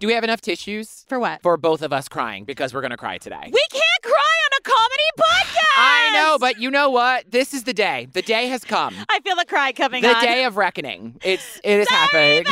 Do we have enough tissues For what? for both of us crying? Because we're going to cry today. we can't cry on a comedy podcast. I know, but you know what? This is the day. The day has come. I feel a cry coming the on. day of reckoning. It's it is happening.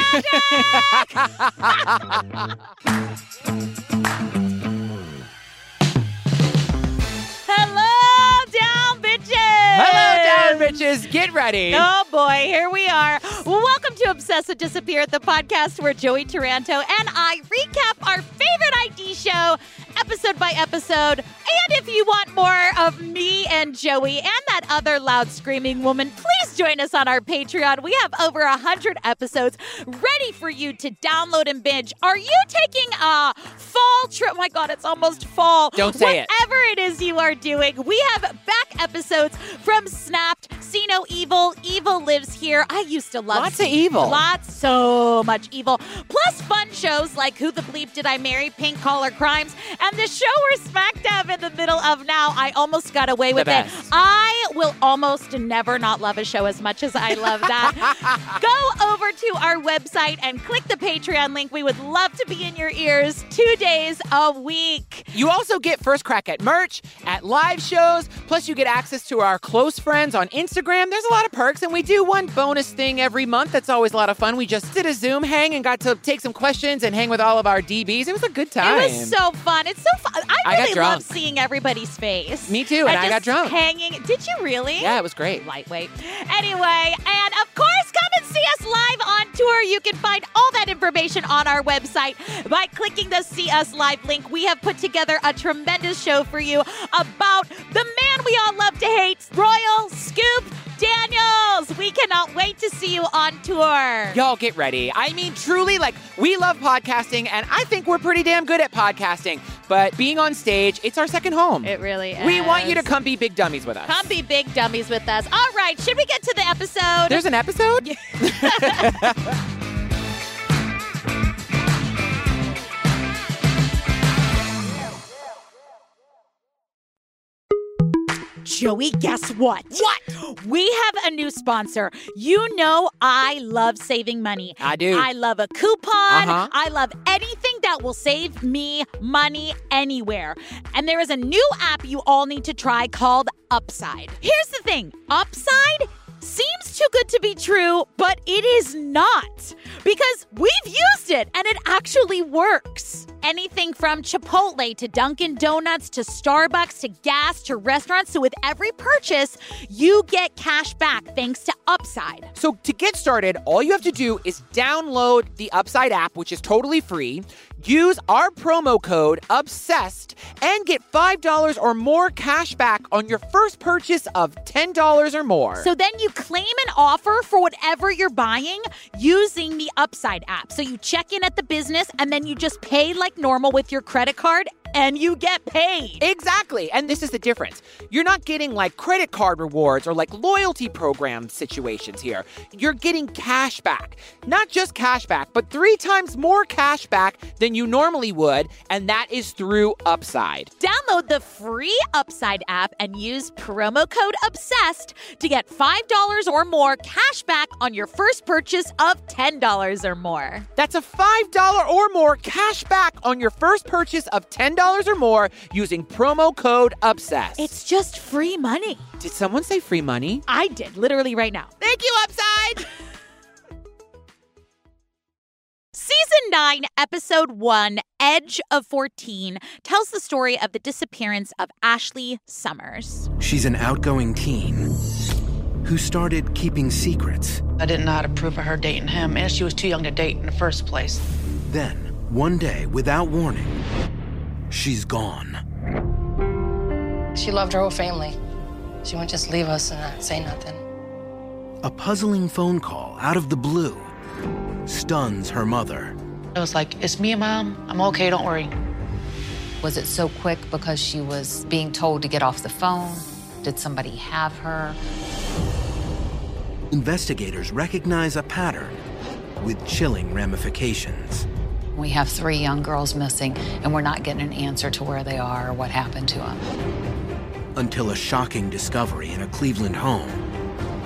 Hello, down bitches. Hello, down bitches. Get ready. Oh boy, here we are. Welcome to Obsess and Disappear, the podcast where Joey Taranto and I recap our favorite ID show episode by episode. And if you want more of me and Joey and that other loud screaming woman, please join us on our Patreon. We have over 100 episodes ready for you to download and binge. Are you taking a fall trip? My God, it's almost fall. Don't say it. Whatever it is you are doing, we have back episodes from Snapped, See No Evil, Evil Lives Here. I used to love Lots of evil. Lots, so much evil. Plus fun shows like Who the Bleep Did I Marry, Pink Collar Crimes, and the show we're smack dab in the middle of now. I almost got away with best. it. I will almost never not love a show as much as I love that. Go over to our website and click the Patreon link. We would love to be in your ears two days a week. You also get first crack at merch, at live shows, plus you get access to our close friends on Instagram. There's a lot of perks, and we do one bonus thing every month that's always a lot of fun. We just did a Zoom hang and got to take some questions and hang with all of our DBs. It was a good time. It was so fun. It's so fun. I I got really love drunk. seeing everybody's face. Me too, and I just got drunk. Hanging. Did you really? yeah, it was great. Lightweight. Anyway, and of course, come and see us live on tour. You can find all that information on our website by clicking the See Us Live link. We have put together a tremendous show for you about the man we all love to hate, Royal Scoop Daniels. We cannot wait to see you on tour. Y'all get ready. I mean, truly, like, we love podcasting, and I think we're pretty damn good at podcasting. But being on stage, it's our second home. It really is. we want you to come be big dummies with us. Come be big dummies with us. All right, should we get to the episode? There's an episode? Joey, guess what? What? We have a new sponsor. You know I love saving money. I do. I love a coupon. Uh-huh. I love anything that will save me money anywhere. And there is a new app you all need to try called Upside. Here's the thing Upside seems too good to be true, but it is not because we've used it and it actually works. Anything from Chipotle to Dunkin' Donuts to Starbucks to gas to restaurants. So, with every purchase, you get cash back thanks to Upside. So to get started, all you have to do is download the Upside app, which is totally free. Use our promo code obsessed and get $5 or more cash back on your first purchase of $10 or more. So then you claim an offer for whatever you're buying using the Upside app. So you check in at the business and then you just pay like normal with your credit card and you get paid. Exactly. And this is the difference. You're not getting like credit card rewards or like loyalty program situations here. You're getting cash back. Not just cash back, but three times more cash back than you normally would. And that is through Upside. Download the free Upside app and use promo code obsessed to get $5 or more cash back on your first purchase of $10 or more. That's a $5 or more cash back on your first purchase of $10 or more using promo code Obsess. It's just free money. Did someone say free money? I did literally right now. Thank you, Upside! Season 9, Episode 1, Edge of 14, tells the story of the disappearance of Ashley Summers. She's an outgoing teen who started keeping secrets. I did not approve of her dating him, and she was too young to date in the first place. Then, one day, without warning, she's gone. She loved her whole family. She wouldn't just leave us and not say nothing. A puzzling phone call out of the blue stuns her mother. I was like, It's me, Mom. I'm okay, don't worry. Was it so quick because she was being told to get off the phone? Did somebody have her? Investigators recognize a pattern with chilling ramifications. We have three young girls missing, and we're not getting an answer to where they are or what happened to them. Until a shocking discovery in a Cleveland home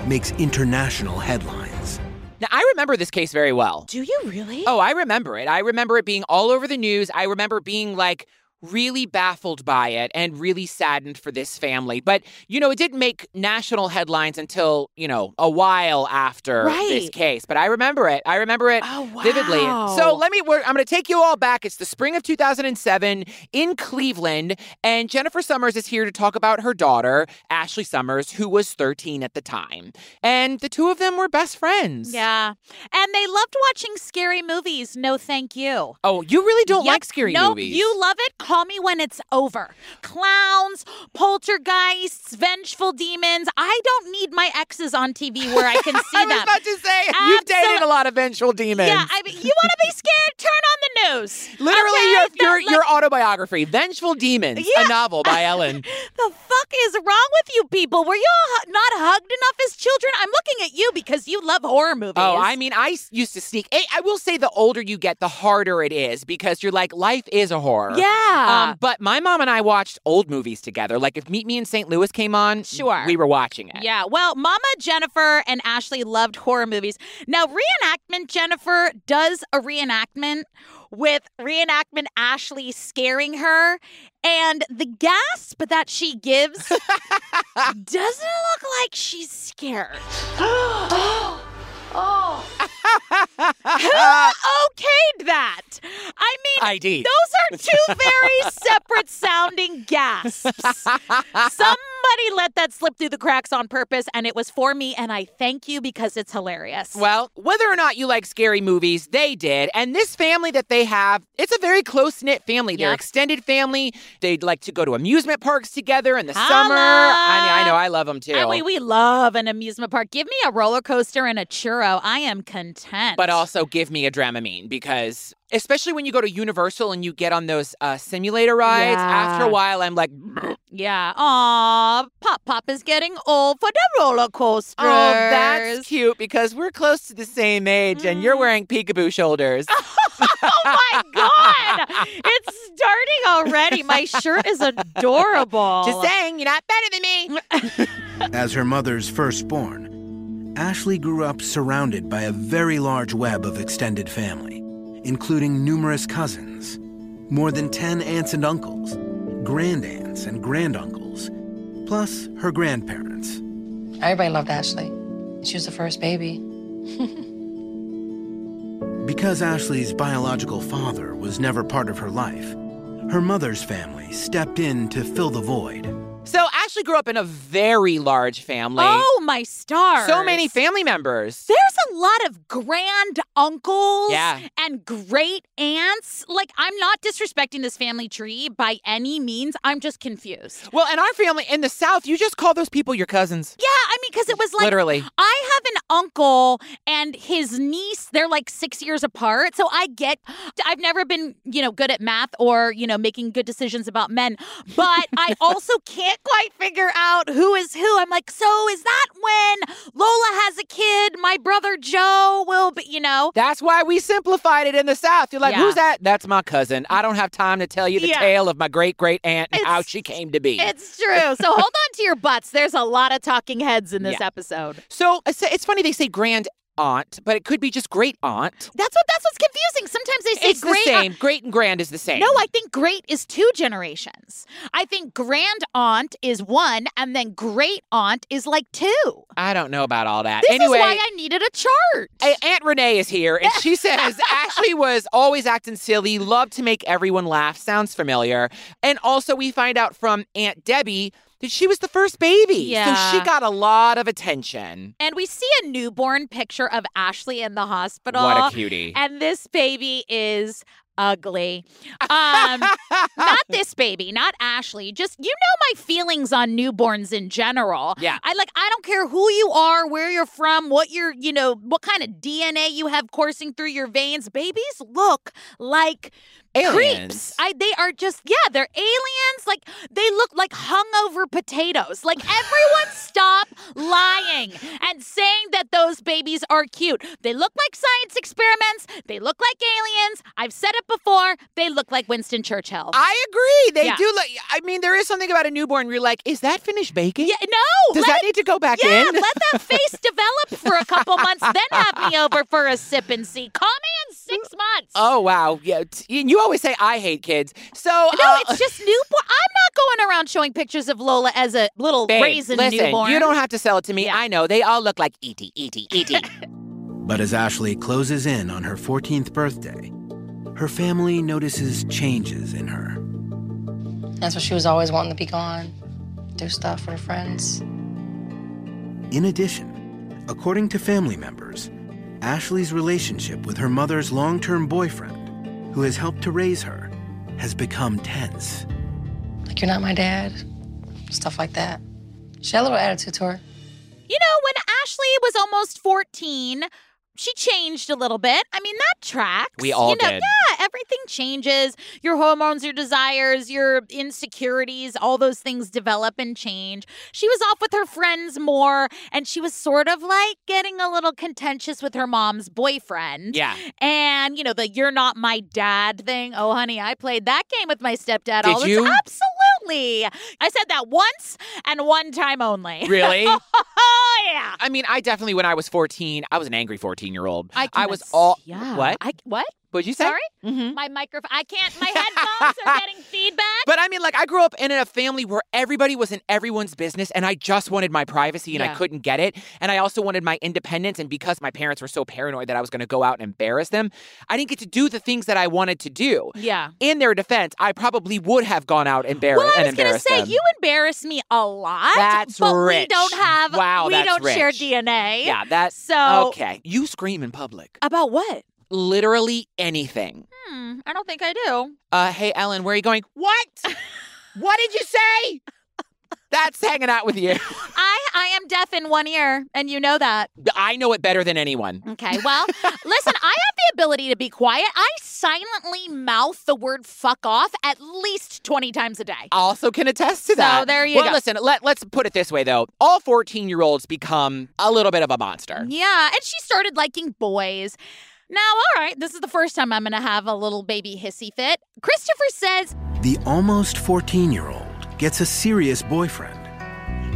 makes international headlines. Now, I remember this case very well. Do you really? Oh, I remember it. I remember it being all over the news. I remember being like really baffled by it and really saddened for this family. But, you know, it didn't make national headlines until, you know, a while after this Right. case. But I remember it. I remember it Oh, wow. vividly. So let me, we're, I'm going to take you all back. It's the spring of 2007 in Cleveland. And Jennifer Summers is here to talk about her daughter, Ashley Summers, who was 13 at the time. And the two of them were best friends. Yeah. And they loved watching scary movies. No, thank you. Oh, you really don't Yep. like scary no, movies. you love it. Call me when it's over. Clowns, poltergeists, vengeful demons. I don't need my exes on TV where I can see I was them. about to say you've dated Absol- a lot of vengeful demons. yeah, I mean, you want to be scared? Turn on the news. Literally, Okay? your, It's not your, like- your autobiography, Vengeful Demons, a novel by Ellen. The fuck is wrong with you people? Were you all hu- not hugged enough as children? I'm looking at you because you love horror movies. Oh, I mean, I s- used to sneak. eh, I, I will say the older you get, the harder it is because you're like, life is a horror. Yeah. Um, but my mom and I watched old movies together. Like if Meet Me in St. Louis came on, Sure. we were watching it. Yeah, well, Mama Jennifer and Ashley loved horror movies. Now, reenactment Jennifer does a reenactment with reenactment Ashley scaring her, and the gasp that she gives doesn't look like she's scared. Who okayed that? I mean, ID. those are two very separate sounding gasps. Somebody let that slip through the cracks on purpose, and it was for me, and I thank you because it's hilarious. Well, whether or not you like scary movies, they did. And this family that they have, it's a very close knit family. They're Yep. extended family. They like to go to amusement parks together in the Holla! summer. I, I know, I love them too. and we, we love an amusement park. Give me a roller coaster and a churro. I am content. but also give me a Dramamine because, especially when you go to Universal and you get on those uh, simulator rides, after a Yeah. while, I'm like, yeah. Aw, Pop Pop is getting old for the roller coaster. oh, that's cute because we're close to the same age and you're Mm. wearing peekaboo shoulders. Oh, my god! It's starting already. My shirt is adorable. Just saying, you're not better than me. As her mother's firstborn, Ashley grew up surrounded by a very large web of extended family, including numerous cousins, more than 10 aunts and uncles, grandaunts and granduncles, plus her grandparents. Everybody loved Ashley. She was the first baby. Because Ashley's biological father was never part of her life, her mother's family stepped in to fill the void. So, Ashley grew up in a very large family. Oh my stars! So many family members. There's a lot of grand uncles Yeah. and great aunts. Like, I'm not disrespecting this family tree by any means. I'm just confused. Well, in our family in the South, you just call those people your cousins. Yeah, I mean, because it was like Literally. I have an uncle and his niece. They're like six years apart. So I get, I've never been, you know, good at math or, you know, making good decisions about men. But I also can't quite figure out who is who. I'm like, so is that when Lola has a kid? My brother Joe will be, you know. That's why we simplified it in the South. You're like, Yeah. who's that? That's my cousin. I don't have time to tell you the Yeah. tale of my great great aunt and It's- how she came to be. It's true. So hold on to your butts. There's a lot of talking heads in this Yeah. episode. So it's, it's funny they say grand aunt, but it could be just great aunt. That's what that's what's confusing. Sometimes they say It's great uh, the same. great and grand is the same. No, I think great is two generations. I think grand aunt is one, and then great aunt is like two. I don't know about all that. This anyway, is why I needed a chart. A- Aunt Renee is here, and she says Ashley was always acting silly, loved to make everyone laugh. Sounds familiar. And also, we find out from Aunt Debbie that she was the first baby. Yeah. So she got a lot of attention. and we see a newborn picture of Ashley in the hospital. What a cutie. and this baby is ugly. Um, not this baby, not Ashley. Just you know my feelings on newborns in general. Yeah. I like I don't care who you are, where you're from, what you're, you know, what kind of DNA you have coursing through your veins. Babies look like Aliens. creeps. I they are just yeah, they're aliens. Like they look like hungover potatoes. Like everyone stop lying and saying that those babies are cute. They look like science experiments. They look like aliens. I've said it it before. They look like Winston Churchill. I agree. They Yeah. do look. I mean, there is something about a newborn. Where you're like, is that finished baking? yeah, Uh, no. Does let that need to go back yeah, in? let that face develop for a couple months, then have me over for a sip and see. Call me in six months. oh wow. Yeah. t- You always say I hate kids. So No, uh, it's just newborn. I'm not going around showing pictures of Lola as a little babe, raisin listen, newborn. you don't have to sell it to me. Yeah. I know they all look like E E.T. E.T. E.T. But as Ashley closes in on her 14th birthday, her family notices changes in her. That's why she was always wanting to be gone, do stuff with her friends. In addition, according to family members, Ashley's relationship with her mother's long term boyfriend, who has helped to raise her, has become tense. Like, you're not my dad, stuff like that. She had a little attitude to her. You know, when Ashley was almost 14, she changed a little bit. I mean, that tracks. We all you know, did. Yeah, everything changes. Your hormones, your desires, your insecurities, all those things develop and change. She was off with her friends more, and she was sort of like getting a little contentious with her mom's boyfriend. yeah. And, you know, the you're not my dad thing. Oh, honey, I played that game with my stepdad Did all the you? time. Absolutely. I said that once and one time only. Really? Oh, yeah. I mean, I definitely when I was 14, I was an angry 14 year old. I, I cannot was all- see- yeah. what? I what? What'd you say? Sorry, Mm-hmm. my microphone. I can't. My headphones are getting feedback. But I mean, like, I grew up in a family where everybody was in everyone's business, and I just wanted my privacy and I Yeah. couldn't get it. And I also wanted my independence. And because my parents were so paranoid that I was going to go out and embarrass them, I didn't get to do the things that I wanted to do. Yeah. In their defense, I probably would have gone out and, embar- Well, I and was gonna embarrassed say them. you embarrass me a lot. That's but we rich. don't have. Wow, we that's don't share rich. DNA. yeah, that's So Uh, okay. You scream in public. about what? Literally anything. Hmm. I don't think I do. Uh, hey, Ellen, where are you going? What? what did you say? That's hanging out with you. I I am deaf in one ear, and you know that. I know it better than anyone. Okay. Well, listen. I have the ability to be quiet. I silently mouth the word "fuck off" at least twenty times a day. also can attest to So that. there you well, go. listen, let, let's put it this way, though. All 14 year olds become a little bit of a monster. Yeah, and she started liking boys. Now, all right, this is the first time I'm going to have a little baby hissy fit. Christopher says, The almost 14 year old gets a serious boyfriend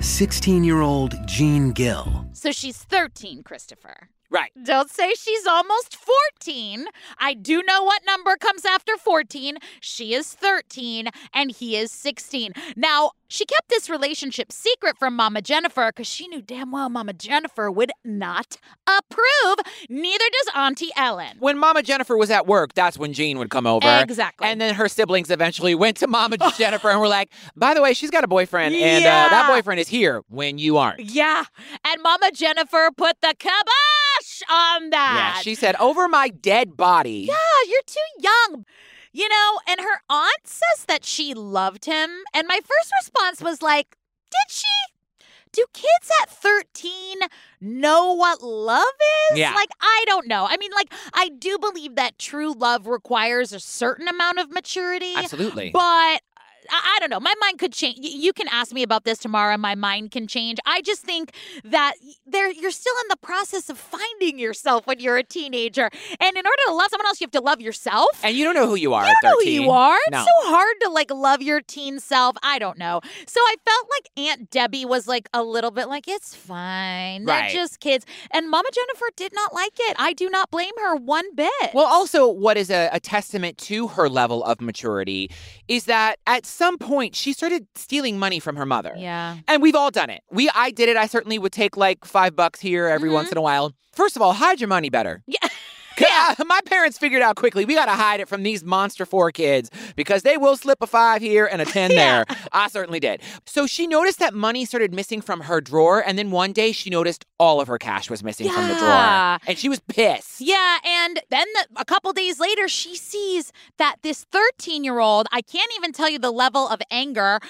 16 year old Gene Gill. so she's 13, Christopher. Right. Don't say she's almost 14. I do know what number comes after 14. She is 13 and he is 16. Now, she kept this relationship secret from Mama Jennifer because she knew damn well Mama Jennifer would not approve. Neither does Auntie Ellen. When Mama Jennifer was at work, that's when Jean would come over. Exactly. And then her siblings eventually went to Mama Jennifer and were like, by the way, she's got a boyfriend, and uh, that Yeah. boyfriend is here when you aren't. Yeah. And Mama Jennifer put the kibosh on that. Yeah, she said, over my dead body. Ah, you're too young. You know, and her aunt says that she loved him. And my first response was like, did she? Do kids at 13 know what love is? Yeah. Like, I don't know. I mean, like, I do believe that true love requires a certain amount of maturity. Absolutely. But I, I don't know. My mind could change. Y- You can ask me about this tomorrow, and my mind can change. I just think that y- there you're still in the process of finding yourself when you're a teenager, and in order to love someone else, you have to love yourself. and you don't know who you are you at don't 13. know who you are. It's No. so hard to like love your teen self. I don't know. So I felt like Aunt Debbie was like a little bit like, it's fine. They're Right. just kids. And Mama Jennifer did not like it. I do not blame her one bit. Well, also, what is a, a testament to her level of maturity is that at some point she started stealing money from her mother. yeah. And we've all done it. We I did it. I certainly would take like five bucks here every Mhm. once in a while. First of all, hide your money better. Yeah. 'Cause, uh, my parents figured out quickly we gotta hide it from these monster four kids because they will slip a five here and a ten Yeah. there. I certainly did. So she noticed that money started missing from her drawer, and then one day she noticed all of her cash was missing from the Yeah. drawer, and she was pissed. Yeah, and then the, a couple days later, she sees that this 13 year old, I can't even tell you the level of anger,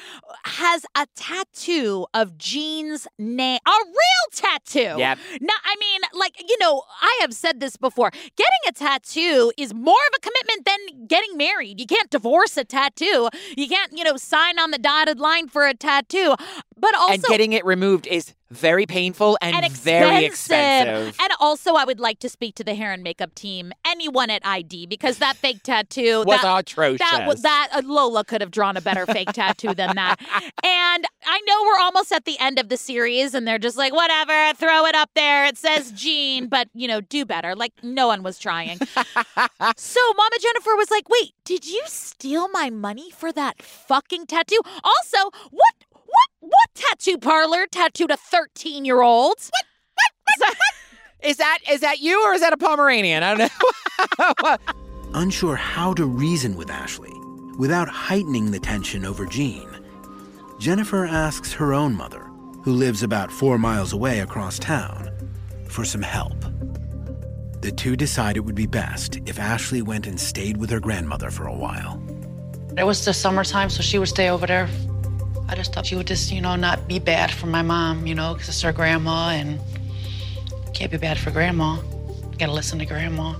has a tattoo of Jean's name, a real tattoo. Yep. Now, I mean, like, you know, I have said this before getting a tattoo is more of a commitment than getting married. You can't divorce a tattoo, you can't, you know, sign on the dotted line for a tattoo. But also, and getting it removed is very painful and, and very expensive. And also, I would like to speak to the hair and makeup team, anyone at ID, because that fake tattoo was that, atrocious. that was that uh, Lola could have drawn a better fake tattoo than that. And I know we're almost at the end of the series, and they're just like, whatever, throw it up there. It says Jean, but you know, do better. Like no one was trying. so Mama Jennifer was like, wait, did you steal my money for that fucking tattoo? Also, what? What what tattoo parlor tattooed a 13 year old? What? Is that is that you or is that a Pomeranian? I don't know. unsure how to reason with Ashley without heightening the tension over Jean. Jennifer asks her own mother, who lives about four miles away across town, for some help. The two decide it would be best if Ashley went and stayed with her grandmother for a while. It was the summertime, so she would stay over there. I just thought she would just, you know, not be bad for my mom, you know, because it's her grandma and can't be bad for grandma. Gotta listen to grandma.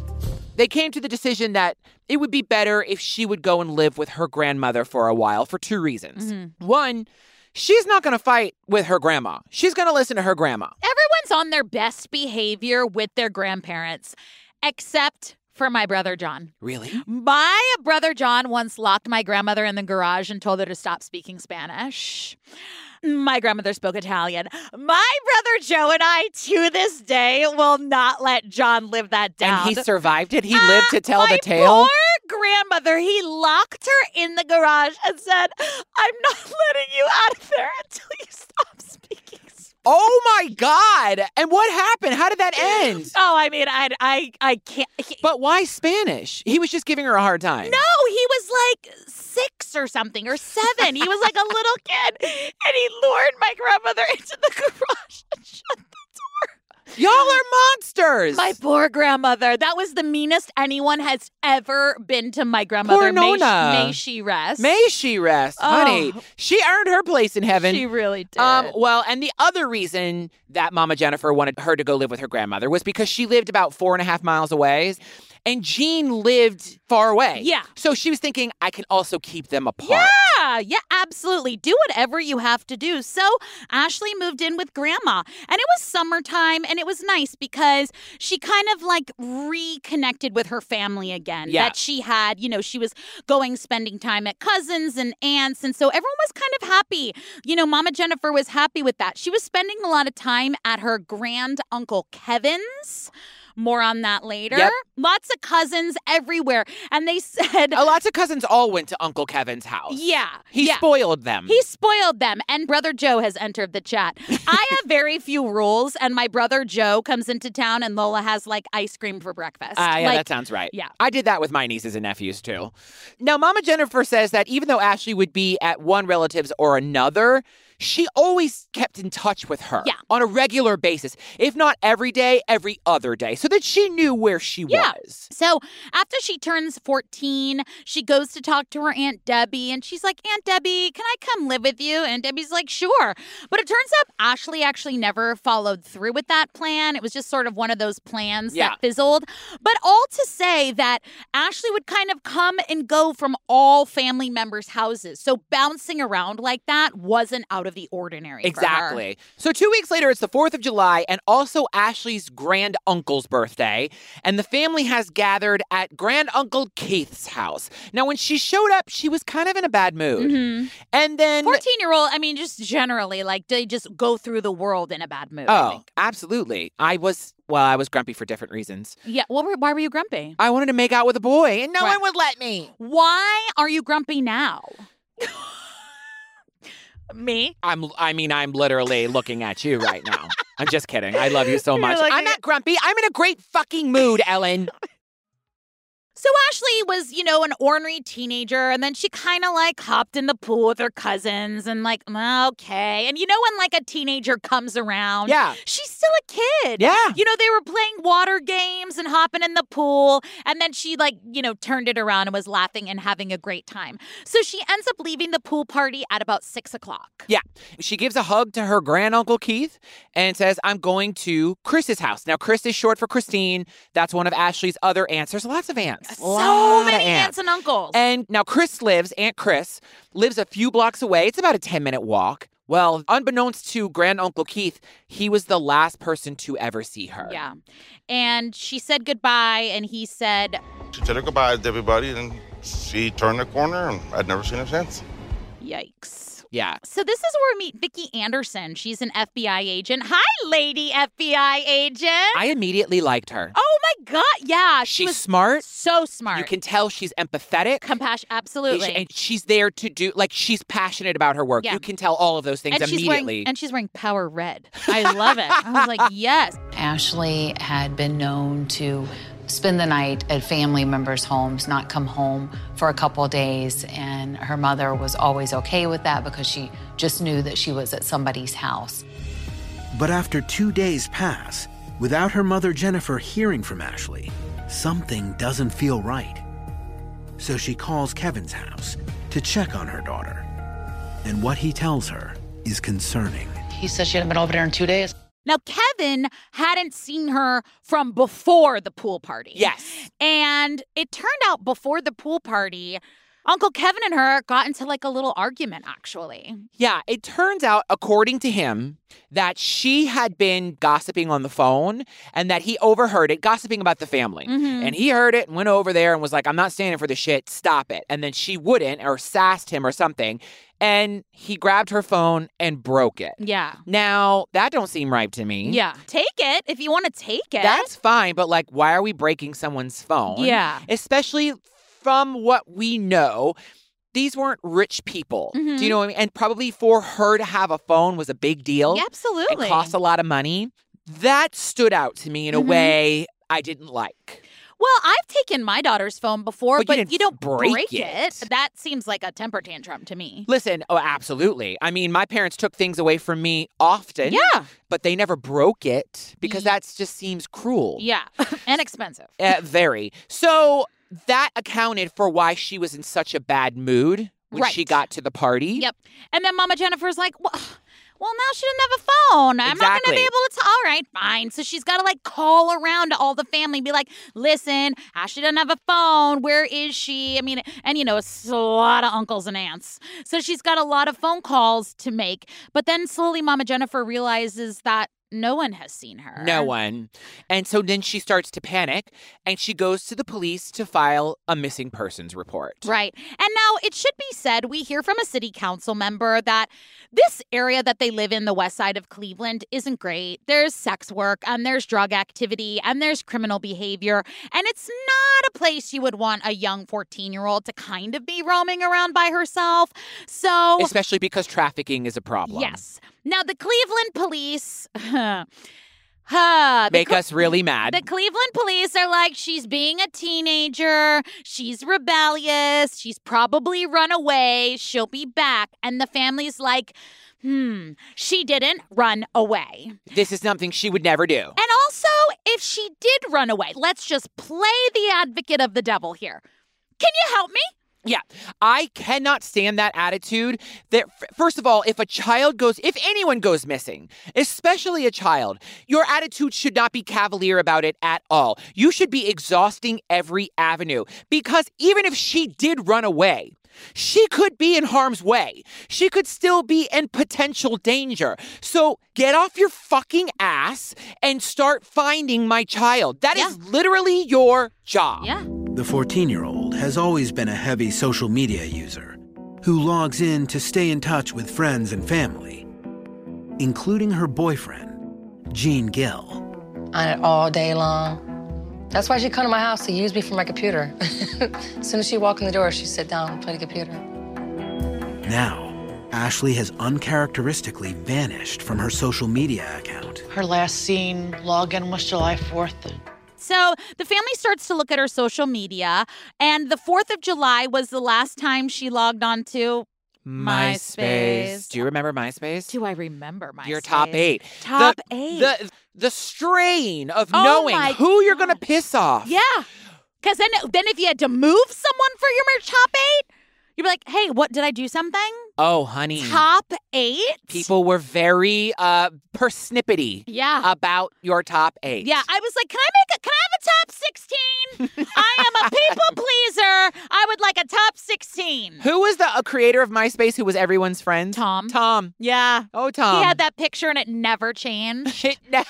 they came to the decision that it would be better if she would go and live with her grandmother for a while for two reasons. Mm-hmm. One, she's not going to fight with her grandma. She's going to listen to her grandma. Everyone's on their best behavior with their grandparents, except for my brother John. Really? My brother John once locked my grandmother in the garage and told her to stop speaking Spanish. My grandmother spoke Italian. My brother Joe and I, to this day, will not let John live that down. Ah, And he survived it. He lived to tell my the tale. Poor grandmother. He locked her in the garage and said, "I'm not letting you out of there until you stop speaking." Oh my god! And what happened? How did that end? Oh, I mean, I, I, I can't. He, But why Spanish? He was just giving her a hard time. no, he was like six or something or seven. He was like a little kid, and he lured my grandmother into the garage and shut the Y'all are monsters. My poor grandmother. That was the meanest anyone has ever been to my grandmother. Poor May, sh- Nona. may she rest. May she rest, Oh. honey. She earned her place in heaven. She really did. Um, well, and the other reason that Mama Jennifer wanted her to go live with her grandmother was because she lived about four and a half miles away, and Jean lived far away. Yeah. So she was thinking, I can also keep them apart. Yeah, yeah, absolutely. Do whatever you have to do. So Ashley moved in with grandma, and it was summertime, and it was nice because she kind of like reconnected with her family again Yeah. that she had. You know, she was going spending time at cousins and aunts, and so everyone was kind of happy. You know, Mama Jennifer was happy with that. She was spending a lot of time at her grand uncle Kevin's. More on that later. Yep. Lots of cousins everywhere. And they said, Uh, lots of cousins all went to Uncle Kevin's house. yeah. He yeah. spoiled them. He spoiled them, and brother Joe has entered the chat. I have very few rules, and my brother Joe comes into town, and Lola has like ice cream for breakfast. Ah, yeah, Like, that sounds right. yeah. I did that with my nieces and nephews too. Now, Mama Jennifer says that even though Ashley would be at one relative's or another, she always kept in touch with her Yeah. on a regular basis, if not every day, every other day, so that she knew where she Yeah. was. So after she turns 14, she goes to talk to her Aunt Debbie and she's like, Aunt Debbie, can I come live with you? And Debbie's like, sure. But it turns out Ashley actually never followed through with that plan. It was just sort of one of those plans Yeah. that fizzled. But all to say that Ashley would kind of come and go from all family members' houses. So bouncing around like that wasn't out of the ordinary. for her. Exactly. So two weeks later, it's the 4th of July and also Ashley's grand uncle's birthday. And the family has gathered at grand uncle Keith's house. Now, when she showed up, she was kind of in a bad mood. Mm-hmm. And then. 14 year old, I mean, just generally, like they just go through the world in a bad mood. I Oh, think. absolutely. I was, well, I was grumpy for different reasons. Yeah. What were, why were you grumpy? I wanted to make out with a boy and no Right. one would let me. Why are you grumpy now? Me? I'm, I mean, I'm literally looking at you right now. I'm just kidding. I love you so You're much. like- I'm not grumpy. I'm in a great fucking mood, Ellen. So Ashley was, you know, an ornery teenager, and then she kind of like hopped in the pool with her cousins, and like, mm, okay, and you know when like a teenager comes around, Yeah. she's still a kid. Yeah. You know, they were playing water games and hopping in the pool. And then she, like, you know, turned it around and was laughing and having a great time. So she ends up leaving the pool party at about six o'clock. Yeah. She gives a hug to her granduncle Keith and says, I'm going to Chris's house. Now, Chris is short for Christine. That's one of Ashley's other aunts. There's lots of aunts. so Lot of many aunts and uncles. And now Chris lives, Aunt Chris lives a few blocks away. It's about a 10 minute walk. Well, unbeknownst to Grand Uncle Keith, he was the last person to ever see her. Yeah. And she said goodbye, and he said, She said her goodbye to everybody, and she turned the corner, and I'd never seen her since. yikes. Yeah. So this is where we meet Vicki Anderson. She's an FBI agent. Hi, lady FBI agent. I immediately liked her. oh my God. Yeah. She She's was smart. so smart. You can tell she's empathetic. Compassion. And Absolutely. she- And she's there to do, like, she's passionate about her work. Yeah. You can tell all of those things and she's immediately. wearing and she's wearing power red. I love it. I was like, yes. Ashley had been known to spend the night at family members' homes, not come home for a couple of days. And her mother was always okay with that because she just knew that she was at somebody's house. But after two days pass, without her mother Jennifer hearing from Ashley, something doesn't feel right. So she calls Kevin's house to check on her daughter. And what he tells her is concerning. He said she hadn't been over there in two days. Now Kevin hadn't seen her from before the pool party. yes. And it turned out before the pool party, Uncle Kevin and her got into like a little argument actually. Yeah. It turns out, according to him, that she had been gossiping on the phone and that he overheard it, gossiping about the family. And he heard it and went over there and was like, I'm not standing for this shit. Stop it. And then she wouldn't or sassed him or something. And he grabbed her phone and broke it. Yeah. Now, that don't seem right to me. Yeah. Take it if you want to take it. That's fine, but like, why are we breaking someone's phone? Yeah. Especially from what we know, these weren't rich people. Do Mhm. you know what I mean? And probably for her to have a phone was a big deal. Yeah, absolutely. It cost a lot of money. That stood out to me in a Mhm. way I didn't like. well, I've taken my daughter's phone before, But you but, didn't don't break it. it. That seems like a temper tantrum to me. Listen, oh, absolutely. I mean, my parents took things away from me often, Yeah. but they never broke it because Ye- that just seems cruel. Yeah. and expensive. Uh, very. So that accounted for why she was in such a bad mood when she Right. got to the party. Yep. And then Mama Jennifer's like, well, well now she doesn't have a phone. I'm not going to Exactly. be able to. T- all right, fine. So she's got to like call around to all the family and be like, listen, Ashley doesn't have a phone. Where is she? I mean, and you know, it's a lot of uncles and aunts. So she's got a lot of phone calls to make. But then slowly Mama Jennifer realizes that no one has seen her. No one. And so then she starts to panic and she goes to the police to file a missing persons report. Right. And now it should be said we hear from a city council member that this area that they live in, the west side of Cleveland, isn't great. There's sex work and there's drug activity and there's criminal behavior. And it's not a place you would want a young 14 year old to kind of be roaming around by herself. So. Especially because trafficking is a problem. Yes. Now, the Cleveland police. Huh, the Make Cle- us really mad. the Cleveland police are like, she's being a teenager. She's rebellious. She's probably run away. She'll be back. And the family's like, hmm, she didn't run away. this is something she would never do. And also, if she did run away, let's just play the advocate of the devil here. Can you help me? Yeah, I cannot stand that attitude. That f- first of all, if a child goes, if anyone goes missing, especially a child, your attitude should not be cavalier about it at all. You should be exhausting every avenue because even if she did run away, she could be in harm's way. She could still be in potential danger. So get off your fucking ass and start finding my child. That is literally your job. Yeah. The 14 year old has always been a heavy social media user who logs in to stay in touch with friends and family, including her boyfriend, Gene Gill. On it all day long. That's why she come to my house to use me for my computer. as soon as she walk in the door, she sit down and play the computer. Now, Ashley has uncharacteristically vanished from her social media account. Her last seen login was July 4th. So the family starts to look at her social media, and the 4th of July was the last time she logged on to. MySpace. Do you remember MySpace? Do I remember my Your top eight. Top the, eight. The the strain of Oh knowing my who you're gonna piss off. Yeah. Cause then then if you had to move someone for your mer- top eight, you'd be like, hey, what did I do something? Oh, honey. Top eight? People were very uh persnippety Yeah. about your top eight. yeah. I was like, can I make a can I have a top sixteen? I am a people pleaser. I would like a top 16. Who was the uh, creator of MySpace who was everyone's friend? Tom. Tom. Yeah. Oh, Tom. he had that picture and it never changed. It ne-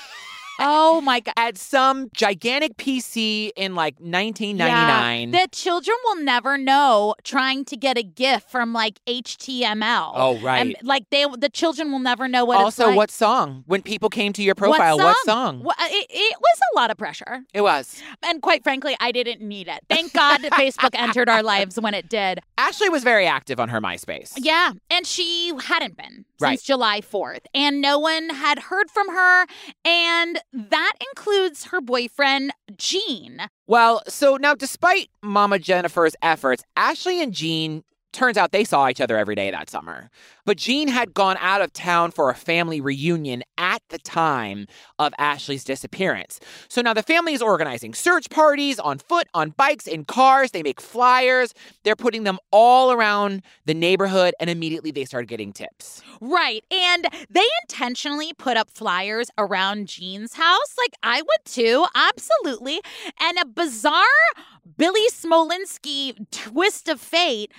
oh my God. at some gigantic PC in like 1999. Yeah. The children will never know trying to get a GIF from like HTML. oh, right. And, like they, the children will never know what. also, it's like. what song? When people came to your profile, what song? Wha- uh, it, it was a lot of pressure, It was. and quite frankly, I didn't need it. Thank God Facebook entered our lives when it did. Ashley was very active on her MySpace. Yeah, and she hadn't been Right. since July 4th, and no one had heard from her, and that includes her boyfriend Gene. Well, so now, despite Mama Jennifer's efforts, Ashley and Jean turns out they saw each other every day that summer. But Jean had gone out of town for a family reunion at the time of Ashley's disappearance. So now the family is organizing search parties on foot, on bikes, in cars. They make flyers. They're putting them all around the neighborhood, and immediately they start getting tips. Right, and they intentionally put up flyers around Gene's house, like I would too, absolutely. And a bizarre Billy Smolinski twist of fate.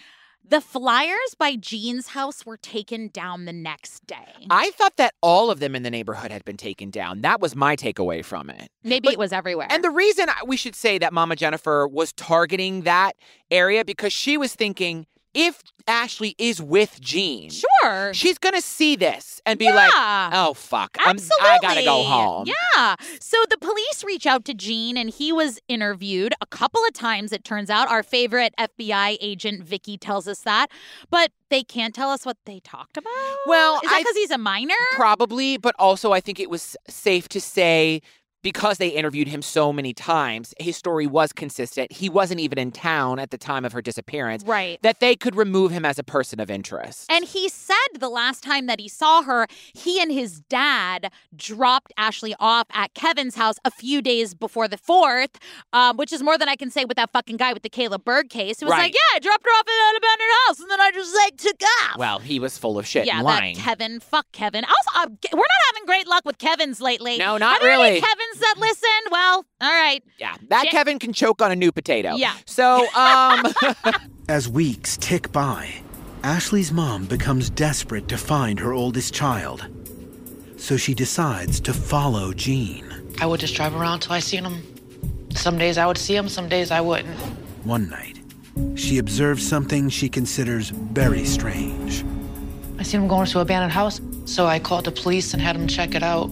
The flyers by Gene's house were taken down the next day. I thought that all of them in the neighborhood had been taken down. That was my takeaway from it. Maybe but- it was everywhere. And the reason I- we should say that Mama Jennifer was targeting that area because she was thinking if Ashley is with Gene, sure. she's going to see this and be like, Yeah. oh, fuck. I'm, Absolutely. I got to go home. Yeah. So the police reach out to Gene and he was interviewed a couple of times, it turns out. Our favorite FBI agent, Vicky, tells us that. But they can't tell us what they talked about. Well, is that I- because he's a minor? Probably, but also I think it was safe to say because they interviewed him so many times, his story was consistent. He wasn't even in town at the time of her disappearance, Right. that they could remove him as a person of interest. And he said the last time that he saw her, he and his dad dropped Ashley off at Kevin's house a few days before the 4th, um, which is more than I can say with that fucking guy with the Caleb Bird case. It was Right. like, yeah, I dropped her off at an abandoned house and then I just like took off. well, he was full of shit yeah, and lying. that Kevin. Fuck Kevin. Also, uh, Ke- we're not having great luck with Kevin's lately. No, not Are there really. Any Kevin's that listen? Well, all right. Yeah, that Ja- Kevin can choke on a new potato. Yeah. So, um, As weeks tick by, Ashley's mom becomes desperate to find her oldest child. So she decides to follow Jean. I would just drive around till I seen him. Some days I would see him, some days I wouldn't. One night, she observes something she considers very strange. I seen him going to an abandoned house, so I called the police and had them check it out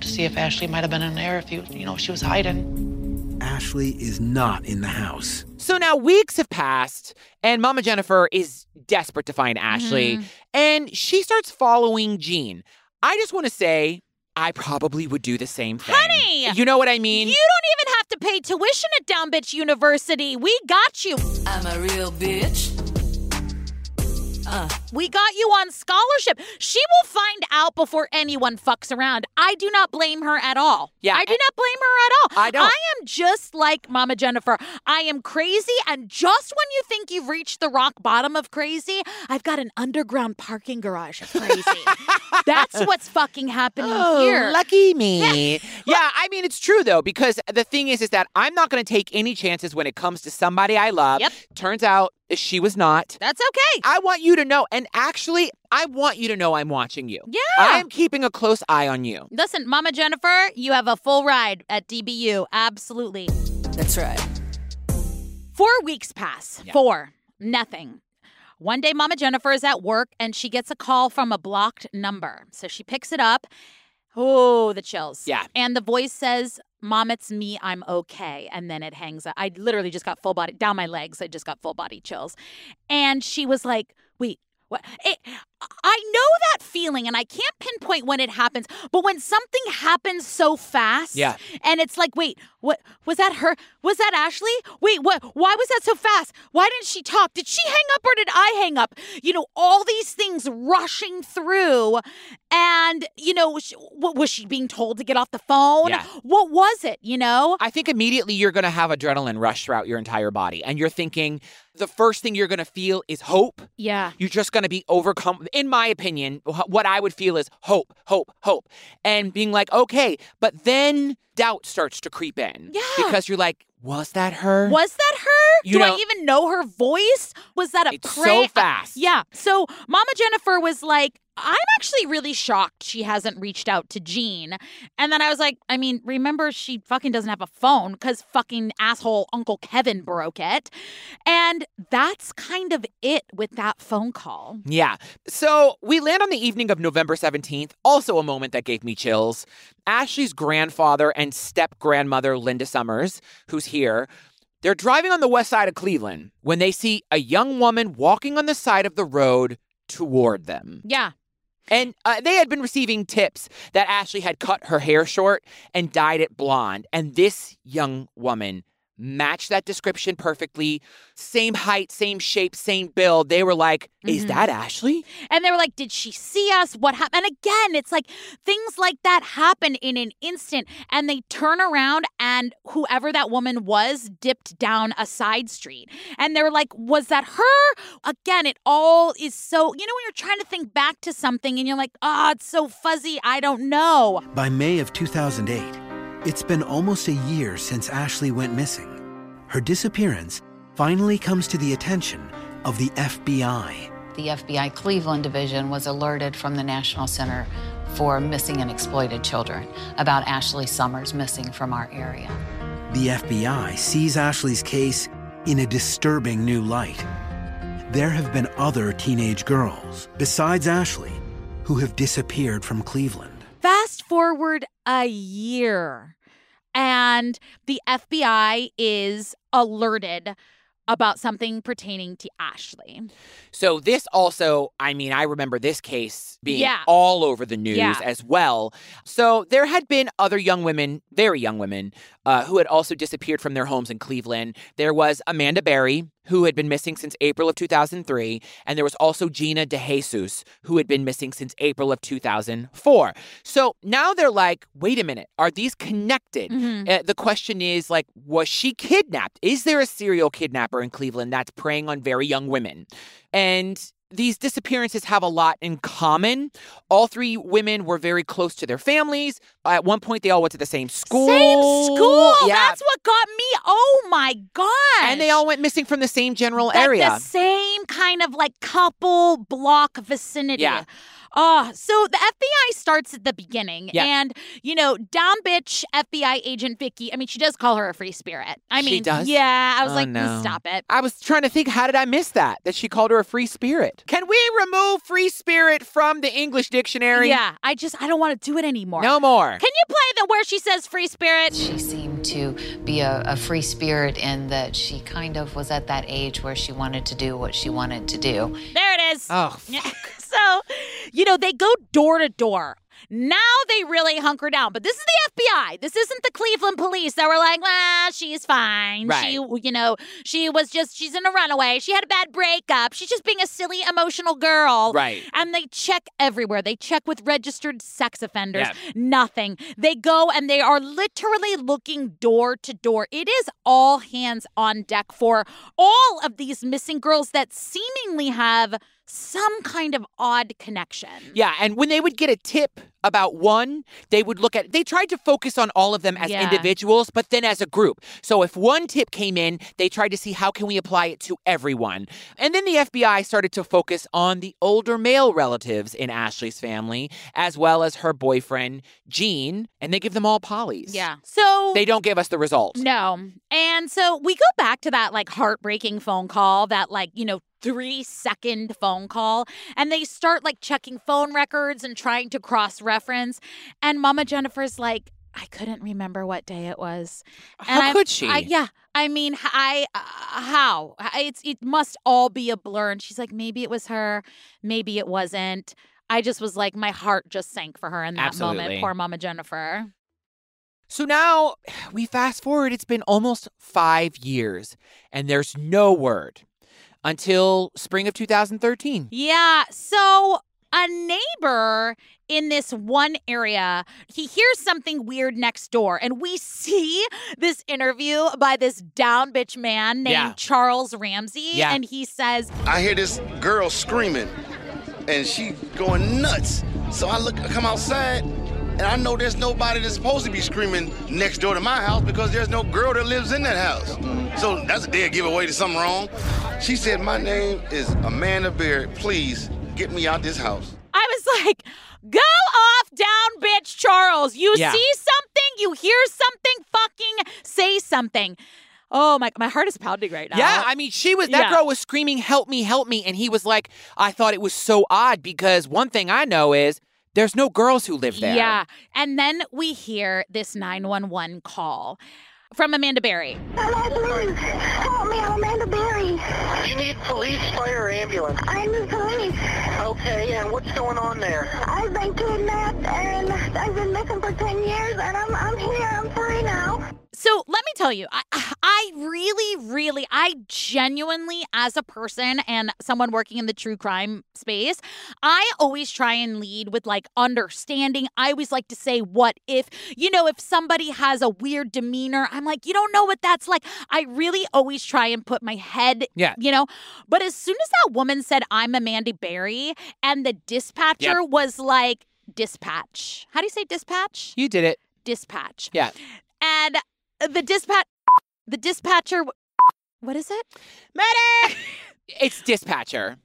to see if Ashley might have been in there, if he, you know, if she was hiding. Ashley is not in the house. so now weeks have passed, and Mama Jennifer is desperate to find Ashley, Mm-hmm. and she starts following Jean. I just want to say, I probably would do the same thing. Honey! you know what I mean? you don't even have to pay tuition at Down Bitch University. We got you. I'm a real bitch. We got you on scholarship. She will find out before anyone fucks around. I do not blame her at all. Yeah, I do and- not blame her at all. I don't. I am just like Mama Jennifer. I am crazy, and just when you think you've reached the rock bottom of crazy, I've got an underground parking garage of crazy. That's what's fucking happening Oh, here. lucky me. yeah, I mean it's true though because the thing is is that I'm not going to take any chances when it comes to somebody I love. Yep. Turns out she was not. That's okay. I want you to know and actually I want you to know I'm watching you. Yeah. I'm keeping a close eye on you. Listen, Mama Jennifer, you have a full ride at DBU. Absolutely. That's right. Four weeks pass. Four. Nothing. One day, Mama Jennifer is at work and she gets a call from a blocked number. So she picks it up. Oh, the chills. Yeah. And the voice says, Mom, it's me. I'm okay. And then it hangs up. I literally just got full body, down my legs. I just got full body chills. And she was like, Wait, what? It, I know that feeling and I can't pinpoint when it happens, but when something happens so fast. Yeah. And it's like, wait, what was that her? Was that Ashley? Wait, what why was that so fast? Why didn't she talk? Did she hang up or did I hang up? You know, all these things rushing through and you know, sh- what was she being told to get off the phone? Yeah. What was it, you know? I think immediately you're going to have adrenaline rush throughout your entire body and you're thinking the first thing you're going to feel is hope. yeah. You're just going to be overcome. In my opinion, wh- what I would feel is hope, hope, hope, and being like, okay. But then doubt starts to creep in. Yeah. Because you're like, was that her? Was that her? You Do know- I even know her voice? Was that a It's prank? so fast. uh, Yeah. So Mama Jennifer was like, I'm actually really shocked she hasn't reached out to Jean. And then I was like, I mean, remember she fucking doesn't have a phone because fucking asshole Uncle Kevin broke it. And that's kind of it with that phone call. Yeah. So we land on the evening of November 17th, also a moment that gave me chills. Ashley's grandfather and step grandmother, Linda Summers, who's here, they're driving on the west side of Cleveland when they see a young woman walking on the side of the road toward them. Yeah. And uh, they had been receiving tips that Ashley had cut her hair short and dyed it blonde. And this young woman matched that description perfectly. Same height, same shape, same build. They were like, Is Mhm. that Ashley? And they were like, Did she see us? What happened? And again, it's like things like that happen in an instant. And they turn around, and whoever that woman was dipped down a side street. And they're like, Was that her? Again, it all is so, you know, when you're trying to think back to something and you're like, Oh, it's so fuzzy. I don't know. By May of 2008, it's been almost a year since Ashley went missing. Her disappearance finally comes to the attention of the FBI. The FBI Cleveland Division was alerted from the National Center for Missing and Exploited Children about Ashley Summers missing from our area. The FBI sees Ashley's case in a disturbing new light. There have been other teenage girls, besides Ashley, who have disappeared from Cleveland. Fast forward a year, and the FBI is alerted about something pertaining to Ashley. So this also, I mean, I remember this case being Yeah. all over the news Yeah. as well. So there had been other young women, very young women, uh, who had also disappeared from their homes in Cleveland. There was Amanda Berry, who had been missing since April of 2003, and there was also Gina DeJesus, who had been missing since April of 2004. So now they're like, wait a minute, are these connected? Mhm. Uh, the question is like, was she kidnapped? Is there a serial kidnapper in Cleveland that's preying on very young women? And these disappearances have a lot in common. All three women were very close to their families. At one point, they all went to the same school. Same school. Yeah. That's what got me. Oh my god! and they all went missing from the same general like area. the same kind of like couple block vicinity. Yeah. Oh, so the FBI starts at the beginning, Yeah. and you know, down bitch FBI agent Vicky. I mean, she does call her a free spirit. I She mean, does? yeah. I was Oh, like, no. stop it. I was trying to think, how did I miss that? That she called her a free spirit. Can we remove free spirit from the English dictionary? Yeah, I just I don't want to do it anymore. No more. Can you play the where she says free spirit? She seemed to be a, a free spirit in that she kind of was at that age where she wanted to do what she wanted to do. There it is. Oh, Yeah. so, you know, they go door to door. Now they really hunker down. But this is the FBI. This isn't the Cleveland police that were like, well, she's fine. She, you know, she was just, she's in a runaway. She had a bad breakup. She's just being a silly, emotional girl. right. And they check everywhere. They check with registered sex offenders. Yeah. Nothing. They go and they are literally looking door to door. It is all hands on deck for all of these missing girls that seemingly have some kind of odd connection. Yeah, and when they would get a tip about one, they would look at they tried to focus on all of them as Yeah. individuals, but then as a group. So if one tip came in, they tried to see how can we apply it to everyone. And then the FBI started to focus on the older male relatives in Ashley's family as well as her boyfriend Gene, and they give them all polys. Yeah. So They don't give us the result. No. And so we go back to that like heartbreaking phone call, that like, you know, three second phone call. And they start like checking phone records and trying to cross reference. And Mama Jennifer's like, I couldn't remember what day it was. How and I- could she? I, yeah. I mean, h- I, uh, how? I- It's, it must all be a blur. And she's like, maybe it was her, maybe it wasn't. I just was like, my heart just sank for her in that Absolutely. moment. Poor Mama Jennifer. So now we fast forward, it's been almost five years, and there's no word until spring of 2013. Yeah. So a neighbor in this one area, he hears something weird next door. And we see this interview by this down bitch man named Yeah. Charles Ramsey. Yeah. And he says, I hear this girl screaming and she going nuts. So I look, I come outside And I know there's nobody that's supposed to be screaming next door to my house because there's no girl that lives in that house. So that's a dead giveaway to something wrong. She said, My name is Amanda Beard. Please get me out this house. I was like, go off down, bitch, Charles. You Yeah. see something, you hear something, fucking say something. Oh my my heart is pounding right now. Yeah, I mean, she was that Yeah. girl was screaming, "Help me, help me!" And he was like, "I thought it was so odd because one thing I know is there's no girls who live there." Yeah. And then we hear this 911 call from Amanda Berry. Hello, police. Help me, I'm Amanda Berry. You need police, fire, ambulance. I'm the police. Okay, and what's going on there? I've been kidnapped and I've been missing for 10 years and I'm, I'm here. I'm free now. So let me tell you, I, I really, really, I genuinely, as a person and someone working in the true crime space, I always try and lead with like understanding. I always like to say, what if, you know, if somebody has a weird demeanor, I'm like, you don't know what that's like. I really always try and put my head, Yeah. you know. But as soon as that woman said, I'm Amanda Berry, and the dispatcher was like, dispatch. How do you say dispatch? you did it. Dispatch Yeah, and the dispatch the dispatcher what is it medic. it's dispatcher.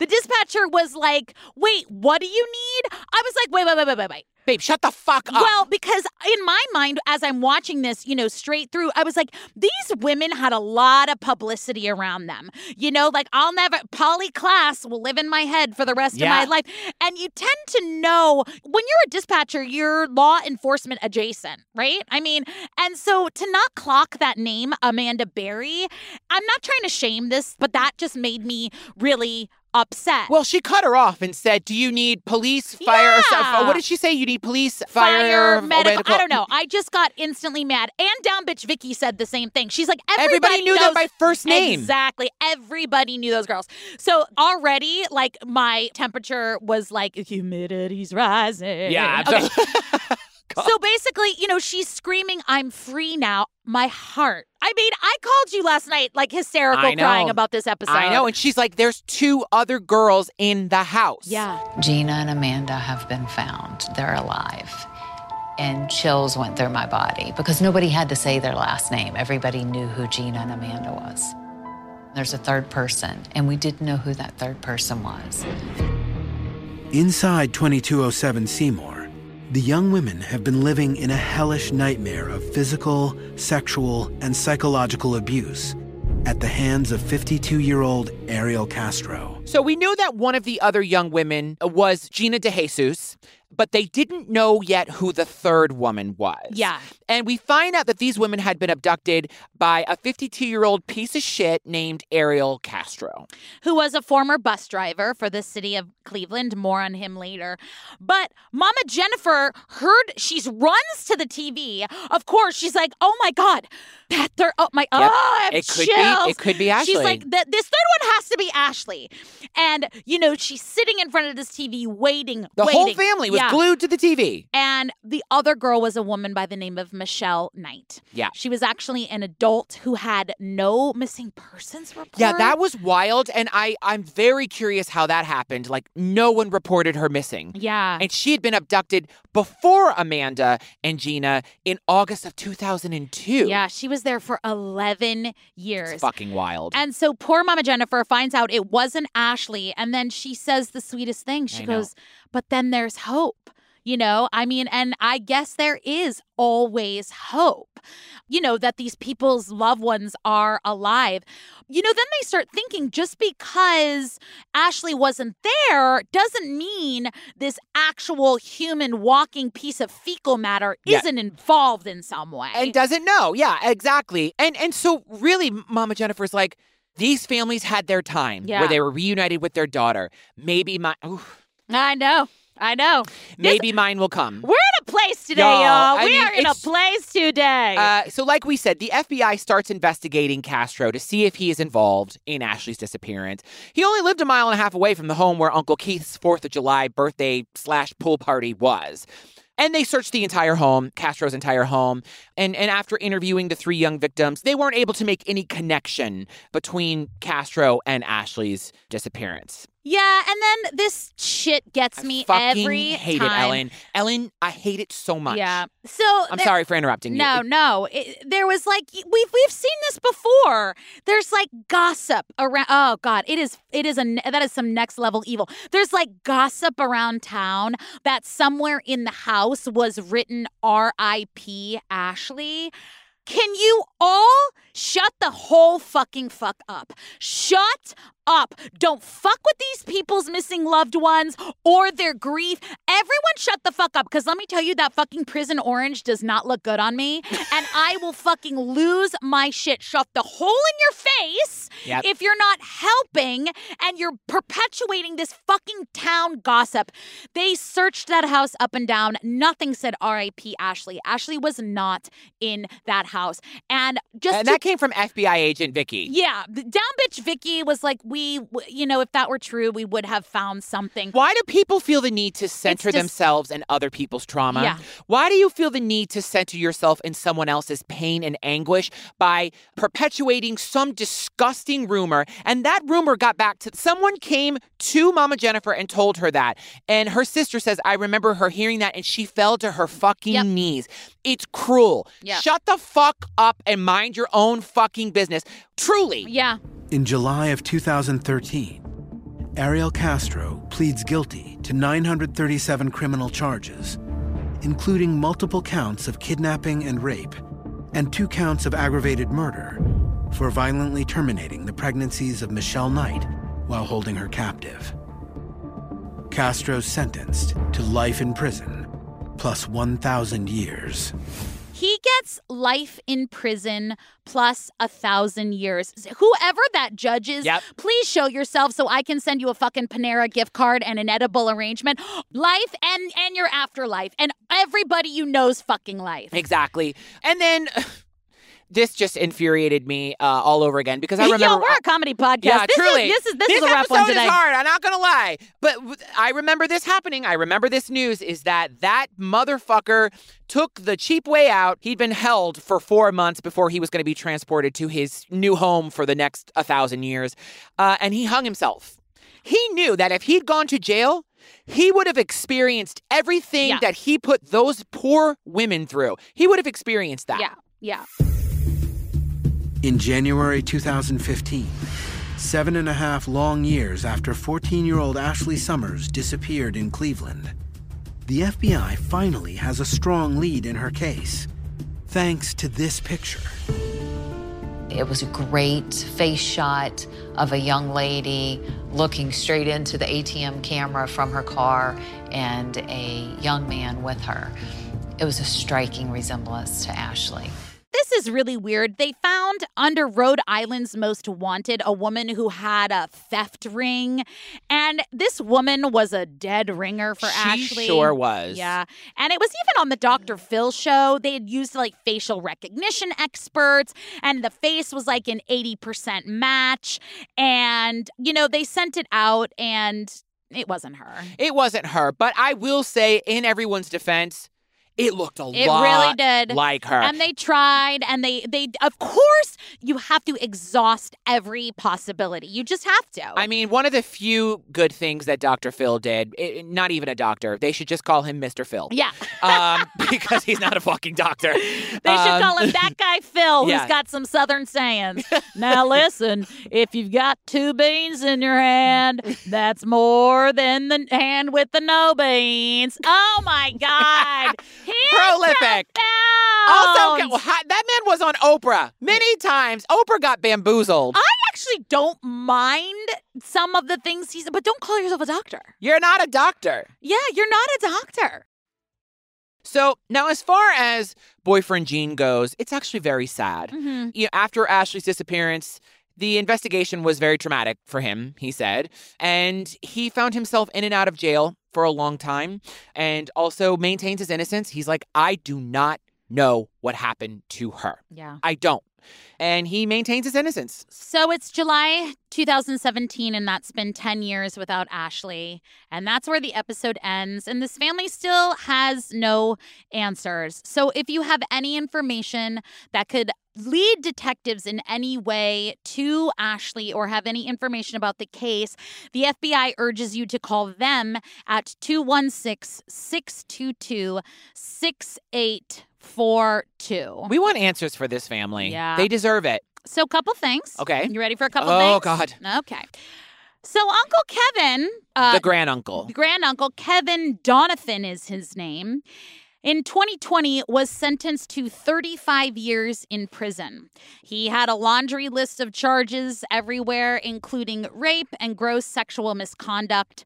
the dispatcher was like wait what do you need i was like wait wait wait wait wait wait Babe, shut the fuck up. well because in my mind as i'm watching this you know straight through i was like these women had a lot of publicity around them you know like i'll never poly class will live in my head for the rest Yeah. of my life and you tend to know when you're a dispatcher you're law enforcement adjacent right i mean and so to not clock that name amanda berry i'm not trying to shame this but that just made me really upset Well, she cut her off and said, "Do you need police, fire? or so- Yeah. what did she say? You need police, fire, fire, medical, I don't know. I just got instantly mad. And Down Bitch Vicky said the same thing. She's like, everybody, Everybody knew them knows by first name. Exactly. Everybody knew those girls. So already, like, my temperature was like, humidity's rising. Yeah, Okay. absolutely. So basically, you know, she's screaming, I'm free now. My heart. I mean, I called you last night, like, hysterical I know. crying about this episode. I know. And she's like, "There's two other girls in the house." Yeah. Gina and Amanda have been found. They're alive. And chills went through my body because nobody had to say their last name. Everybody knew who Gina and Amanda was. There's a third person, and we didn't know who that third person was. Inside 2207 Seymour, the young women have been living in a hellish nightmare of physical, sexual, and psychological abuse at the hands of 52 year old Ariel Castro. So we knew that one of the other young women uh, was Gina DeJesus, but they didn't know yet who the third woman was. Yeah. And we find out that these women had been abducted by a 52 year old piece of shit named Ariel Castro. who was a former bus driver for the city of Cleveland. More on him later. But Mama Jennifer heard she's runs to the TV. Of course, she's like, "Oh my god, that third oh my oh, I have it could chills." be it could be Ashley. She's like, "Th- this third one has to be Ashley. And, you know, she's sitting in front of this TV waiting. the waiting. whole family was Yeah. glued to the TV. And the other girl was a woman by the name of Michelle Knight. Yeah. She was actually an adult who had no missing persons report. Yeah, that was wild and I I'm very curious how that happened. Like no one reported her missing. Yeah. And she had been abducted before Amanda and Gina in August of 2002. Yeah, she was there for 11 years. It's fucking wild. And so poor Mama Jennifer finds out it wasn't Ashley. And then she says the sweetest thing. She I know. goes, But then there's hope. You know, I mean, and I guess there is always hope, you know, that these people's loved ones are alive. You know, then they start thinking just because Ashley wasn't there doesn't mean this actual human walking piece of fecal matter Yeah. isn't involved in some way. and doesn't know. Yeah, exactly. And and so really Mama Jennifer's like these families had their time Yeah. where they were reunited with their daughter. Maybe my oof, I know. I know. maybe mine will come. We're in a place today, Y'all, y'all. I We mean, are in a it's- place today. Uh, so, like we said, the FBI starts investigating Castro to see if he is involved in Ashley's disappearance. He only lived a mile and a half away from the home where Uncle Keith's Fourth of July birthday slash pool party was. And they searched the entire home, Castro's entire home. And, and after interviewing the three young victims, they weren't able to make any connection between Castro and Ashley's disappearance. Yeah, and then this shit gets me Fucking every hate time. it, Ellen. Ellen, I hate it so much. Yeah. So I'm there- sorry for interrupting No, you. Uh, no. It- there was like we've we've seen this before. There's like gossip around. Oh God, it is it is a ne- that is some next level evil. There's like gossip around town that somewhere in the house was written R.I.P. Ashley. Can you all shut the whole fucking fuck up? Shut up. Don't fuck with these people's missing loved ones or their grief. Everyone shut the fuck up because let me tell you that fucking prison orange does not look good on me and I will fucking lose my shit. Shove the hole in your face Yep. if you're not helping and you're perpetuating this fucking town gossip. They searched that house up and down. Nothing said RIP Ashley. Ashley was not in that house. And just and to that came from FBI agent Vicky. yeah, the down bitch Vicky was like, we, w- you know, if that were true, we would have found something. Why do people feel the need to center just- themselves and other people's trauma? Yeah. Why do you feel the need to center yourself in someone else's pain and anguish by perpetuating some disgusting rumor? And that rumor got back to someone came to Mama Jennifer and told her that. And her sister says, I remember her hearing that and she fell to her fucking knees. It's cruel. Yeah. Shut the fuck up and mind your own fucking business. Truly. Yeah. In July of 2013, Ariel Castro pleads guilty to 937 criminal charges, including multiple counts of kidnapping and rape, and two counts of aggravated murder for violently terminating the pregnancies of Michelle Knight while holding her captive. Castro's sentenced to life in prison plus 1,000 years. He gets life in prison plus a thousand years. Whoever that judge is, Yep. please show yourself so I can send you a fucking Panera gift card and an edible arrangement. Life and and your afterlife and everybody you know's fucking life. Exactly. And then this just infuriated me uh, all over again because I remember. uh, Yo, we're a comedy podcast. yeah, this truly. Is, this is this, is a rough episode one today. is hard. I'm not gonna lie, but w- I remember this happening. I remember this news is that that motherfucker took the cheap way out. He'd been held for four months before he was going to be transported to his new home for the next a thousand years, uh, and he hung himself. He knew that if he'd gone to jail, he would have experienced everything that he put those poor women through. He would have experienced that. Yeah. Yeah. In January 2015, seven and a half long years after 14 year old Ashley Summers disappeared in Cleveland, the FBI finally has a strong lead in her case, thanks to this picture. It was a great face shot of a young lady looking straight into the ATM camera from her car and a young man with her. It was a striking resemblance to Ashley. This is really weird. They found under Rhode Island's most wanted a woman who had a theft ring. And this woman was a dead ringer for Ashley. sure was. Yeah. And it was even on the Dr. Phil show. They had used like facial recognition experts, and the face was like an 80% match. And, you know, they sent it out and it wasn't her. It wasn't her, but I will say, in everyone's defense, it looked a It lot really did. like her. And they tried and they they of course you have to exhaust every possibility. You just have to. I mean, one of the few good things that Dr. Phil did, i- not even a doctor, they should just call him Mr. Phil. Yeah. um, because he's not a fucking doctor. They should call him that guy Phil um, yeah. who's got some southern sayings. now listen, if you've got two beans in your hand, that's more than the hand with the no beans. Oh my god. Prolific. Also, ca- ha- that man was on Oprah many times. Oprah got bamboozled. I actually don't mind some of the things he's but don't call yourself a doctor. You're not a doctor. Yeah, you're not a doctor. So now, as far as boyfriend Gene goes, it's actually very sad. Mhm. You know, after Ashley's disappearance, the investigation was very traumatic for him, he said, and he found himself in and out of jail for a long time and also maintains his innocence. He's like, I do not know what happened to her. Yeah. I don't. and he maintains his innocence. So it's July 2017, and that's been 10 years without Ashley. And that's where the episode ends. And this family still has no answers. So if you have any information that could lead detectives in any way to Ashley or have any information about the case, the FBI urges you to call them at 216 622 6842. We want answers for this family. Yeah. They deserve it. So, a couple things. Okay. You ready for a couple Oh, things? God. Okay. So, Uncle Kevin, uh, the granduncle. the granduncle, Kevin Donathan is his name, in 2020 was sentenced to 35 years in prison. He had a laundry list of charges everywhere, including rape and gross sexual misconduct.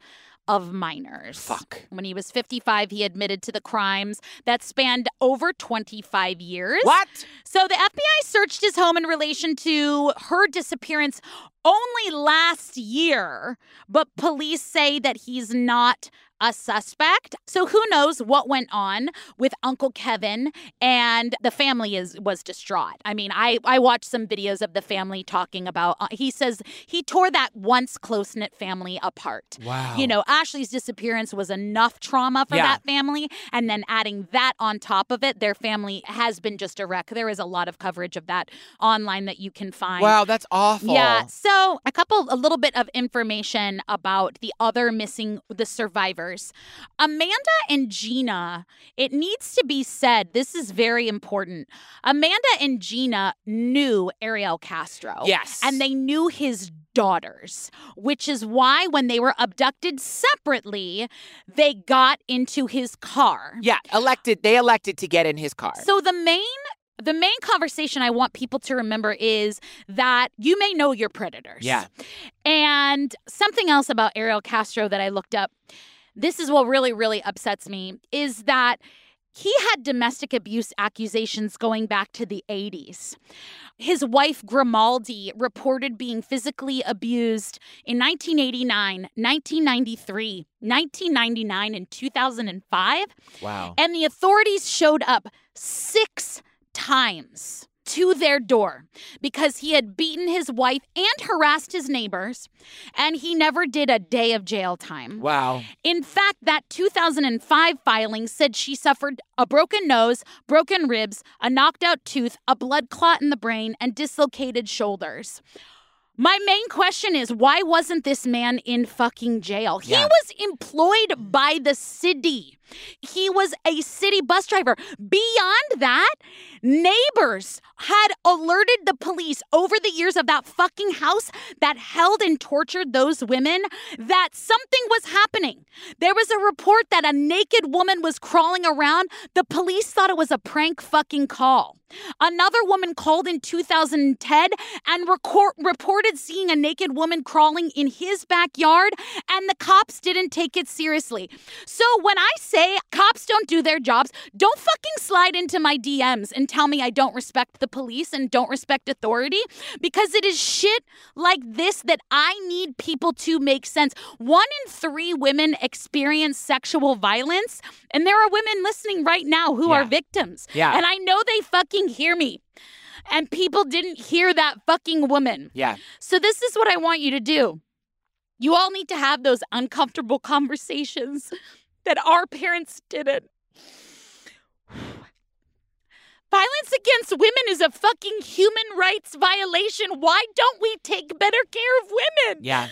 Of minors. Fuck. When he was 55, he admitted to the crimes that spanned over 25 years. What? So the FBI searched his home in relation to her disappearance only last year, but police say that he's not a suspect. So who knows what went on with Uncle Kevin and the family is was distraught. I mean, I I watched some videos of the family talking about uh, he says he tore that once close-knit family apart. Wow. You know, Ashley's disappearance was enough trauma for Yeah. that family. And then adding that on top of it, their family has been just a wreck. There is a lot of coverage of that online that you can find. Wow, that's awful. Yeah. So, a couple, a little bit of information about the other missing, the survivors. Amanda and Gina, it needs to be said, this is very important. Amanda and Gina knew Ariel Castro. Yes. And they knew his daughters, which is why when they were abducted separately, they got into his car. Yeah, elected. They elected to get in his car. So the main the main conversation I want people to remember is that you may know your predators. Yeah. And something else about Ariel Castro that I looked up. This is what really really upsets me is that he had domestic abuse accusations going back to the 80s. His wife Grimaldi reported being physically abused in 1989, 1993, 1999 and 2005. wow. And the authorities showed up six times to their door because he had beaten his wife and harassed his neighbors, and he never did a day of jail time. Wow. In fact, that 2005 filing said she suffered a broken nose, broken ribs, a knocked out tooth, a blood clot in the brain, and dislocated shoulders. My main question is why wasn't this man in fucking jail? He Yeah. was employed by the city. He was a city bus driver. Beyond that, neighbors had alerted the police over the years of that fucking house that held and tortured those women that something was happening. There was a report that a naked woman was crawling around. The police thought it was a prank fucking call. Another woman called in 2010 and record, reported seeing a naked woman crawling in his backyard, and the cops didn't take it seriously. So when I say cops don't do their jobs, don't fucking slide into my DMs and tell me I don't respect the police and don't respect authority because it is shit like this that I need people to make sense. One in three women experience sexual violence, and there are women listening right now who are Yeah. victims. Yeah. And I know they fucking hear me. And people didn't hear that fucking woman. Yeah. So, this is what I want you to do. You all need to have those uncomfortable conversations that our parents didn't. Violence against women is a fucking human rights violation. Why don't we take better care of women? Yeah.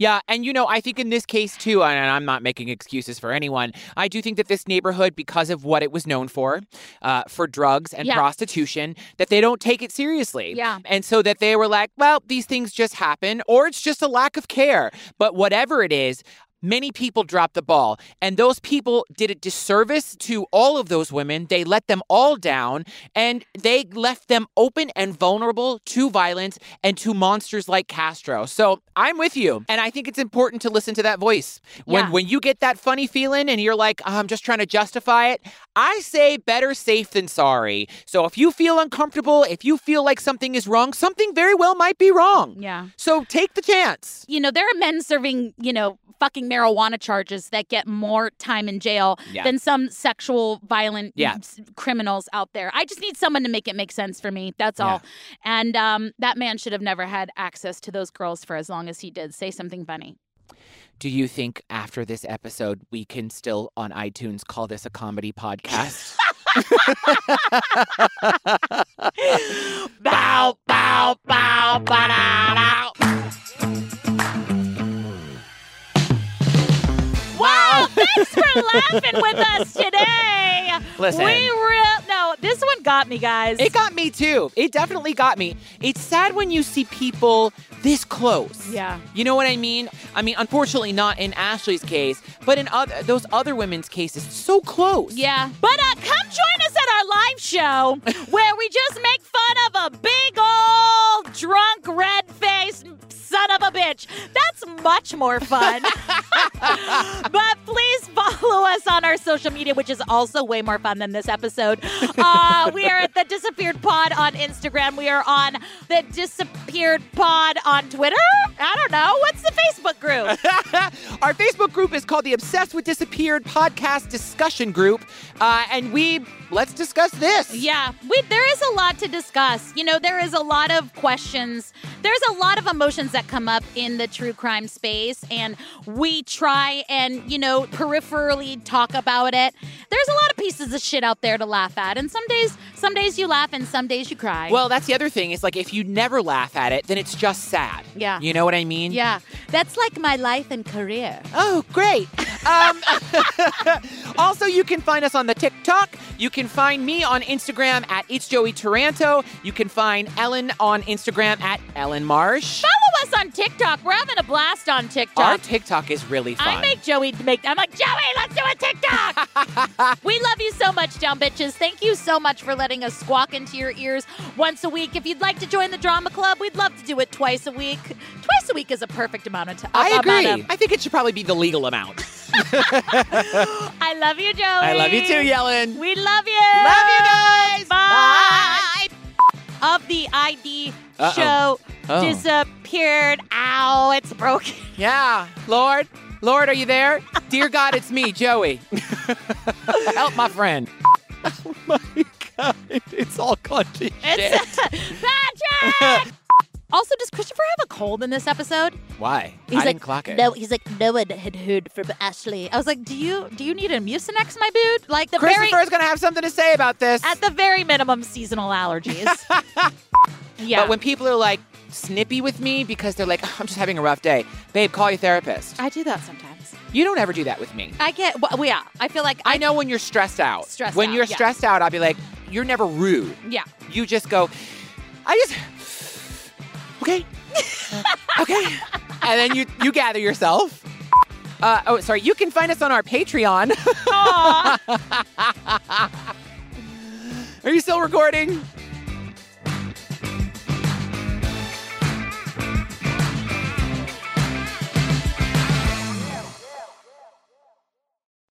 Yeah, and you know, I think in this case too, and I'm not making excuses for anyone, I do think that this neighborhood, because of what it was known for, uh, for drugs and Yeah. prostitution, that they don't take it seriously. Yeah. And so that they were like, well, these things just happen, or it's just a lack of care. But whatever it is, Many people dropped the ball, and those people did a disservice to all of those women. They let them all down, and they left them open and vulnerable to violence and to monsters like Castro. So I'm with you, and I think it's important to listen to that voice. When Yeah. when you get that funny feeling and you're like, "Oh, I'm just trying to justify it, I say better safe than sorry. So if you feel uncomfortable, if you feel like something is wrong, something very well might be wrong. Yeah. So take the chance. You know, there are men serving, you know, fucking marijuana charges that get more time in jail Yeah. than some sexual violent Yeah. s- criminals out there. I just need someone to make it make sense for me. That's all. And um, that man should have never had access to those girls for as long as he did. Say something funny. Do you think after this episode we can still on iTunes call this a comedy podcast? bow, bow, bow, ba Wow, thanks for laughing with us today. Listen. We real no, this one got me, guys. It got me too. It definitely got me. It's sad when you see people this close. Yeah. You know what I mean? I mean, unfortunately, not in Ashley's case, but in other those other women's cases, so close. Yeah. But uh, come join us at our live show where we just make fun of a big old drunk red faced son of a bitch. That's much more fun. but please follow us on our social media, which is also way more fun than this episode. Uh, we are at the Disappeared Pod on Instagram. We are on the Disappeared Pod on Twitter. I don't know. What's the Facebook group? Our Facebook group is called the Obsessed with Disappeared Podcast Discussion Group, uh, and we let's discuss this. Yeah, we, there is a lot to discuss. You know, there is a lot of questions. There's a lot of emotions that come up in the true crime space, and we try and, you know, peripherally talk about it. There's a lot of pieces of shit out there to laugh at, and some days, some days you laugh, and some days you cry. Well, that's the other thing is like if you never laugh at it, then it's just sad. Yeah. You know what I mean? yeah, that's like my life and career. Oh, great. Um, also, you can find us on the TikTok. You can find me on Instagram at It's Joey Taranto. You can find Ellen on Instagram at Ellen Marsh. Follow us on TikTok. We're having a blast on TikTok. Our TikTok is really fun. I make Joey make. I'm like Joey, let's do a TikTok. we love you so much, dumb bitches. Thank you so much for letting us squawk into your ears once a week. If you'd like to join the drama club, we'd love to do it twice a week. Twice a week is a perfect amount of time. I agree. I think it should probably be the legal amount. I love you, Joey. I love you too, Yellen. We love you. Love you guys. Bye. Of the ID Uh-oh. show Oh. disappeared. Ow, it's broken. Yeah. Lord, Lord, are you there? Dear God, it's me, Joey. Help my friend. Oh my God. It's all gone to shit. It's Patrick. also, does Christopher have a cold in this episode? Why? I like, didn't clock it. No, he's like, no one had heard from Ashley. I was like, do you do you need a mucinex, my dude? Like the very Christopher's gonna have something to say about this. at the very minimum seasonal allergies. yeah. But when people are like snippy with me because they're like, I'm just having a rough day, babe, call your therapist. I do that sometimes. You don't ever do that with me. I get well, yeah. I feel like I, I know when you're stressed out. Stressed when out, you're yeah. stressed out, I'll be like, you're never rude. yeah. You just go, I just okay, okay, and then you you gather yourself. Uh, oh, sorry. You can find us on our Patreon. Aw. Are you still recording?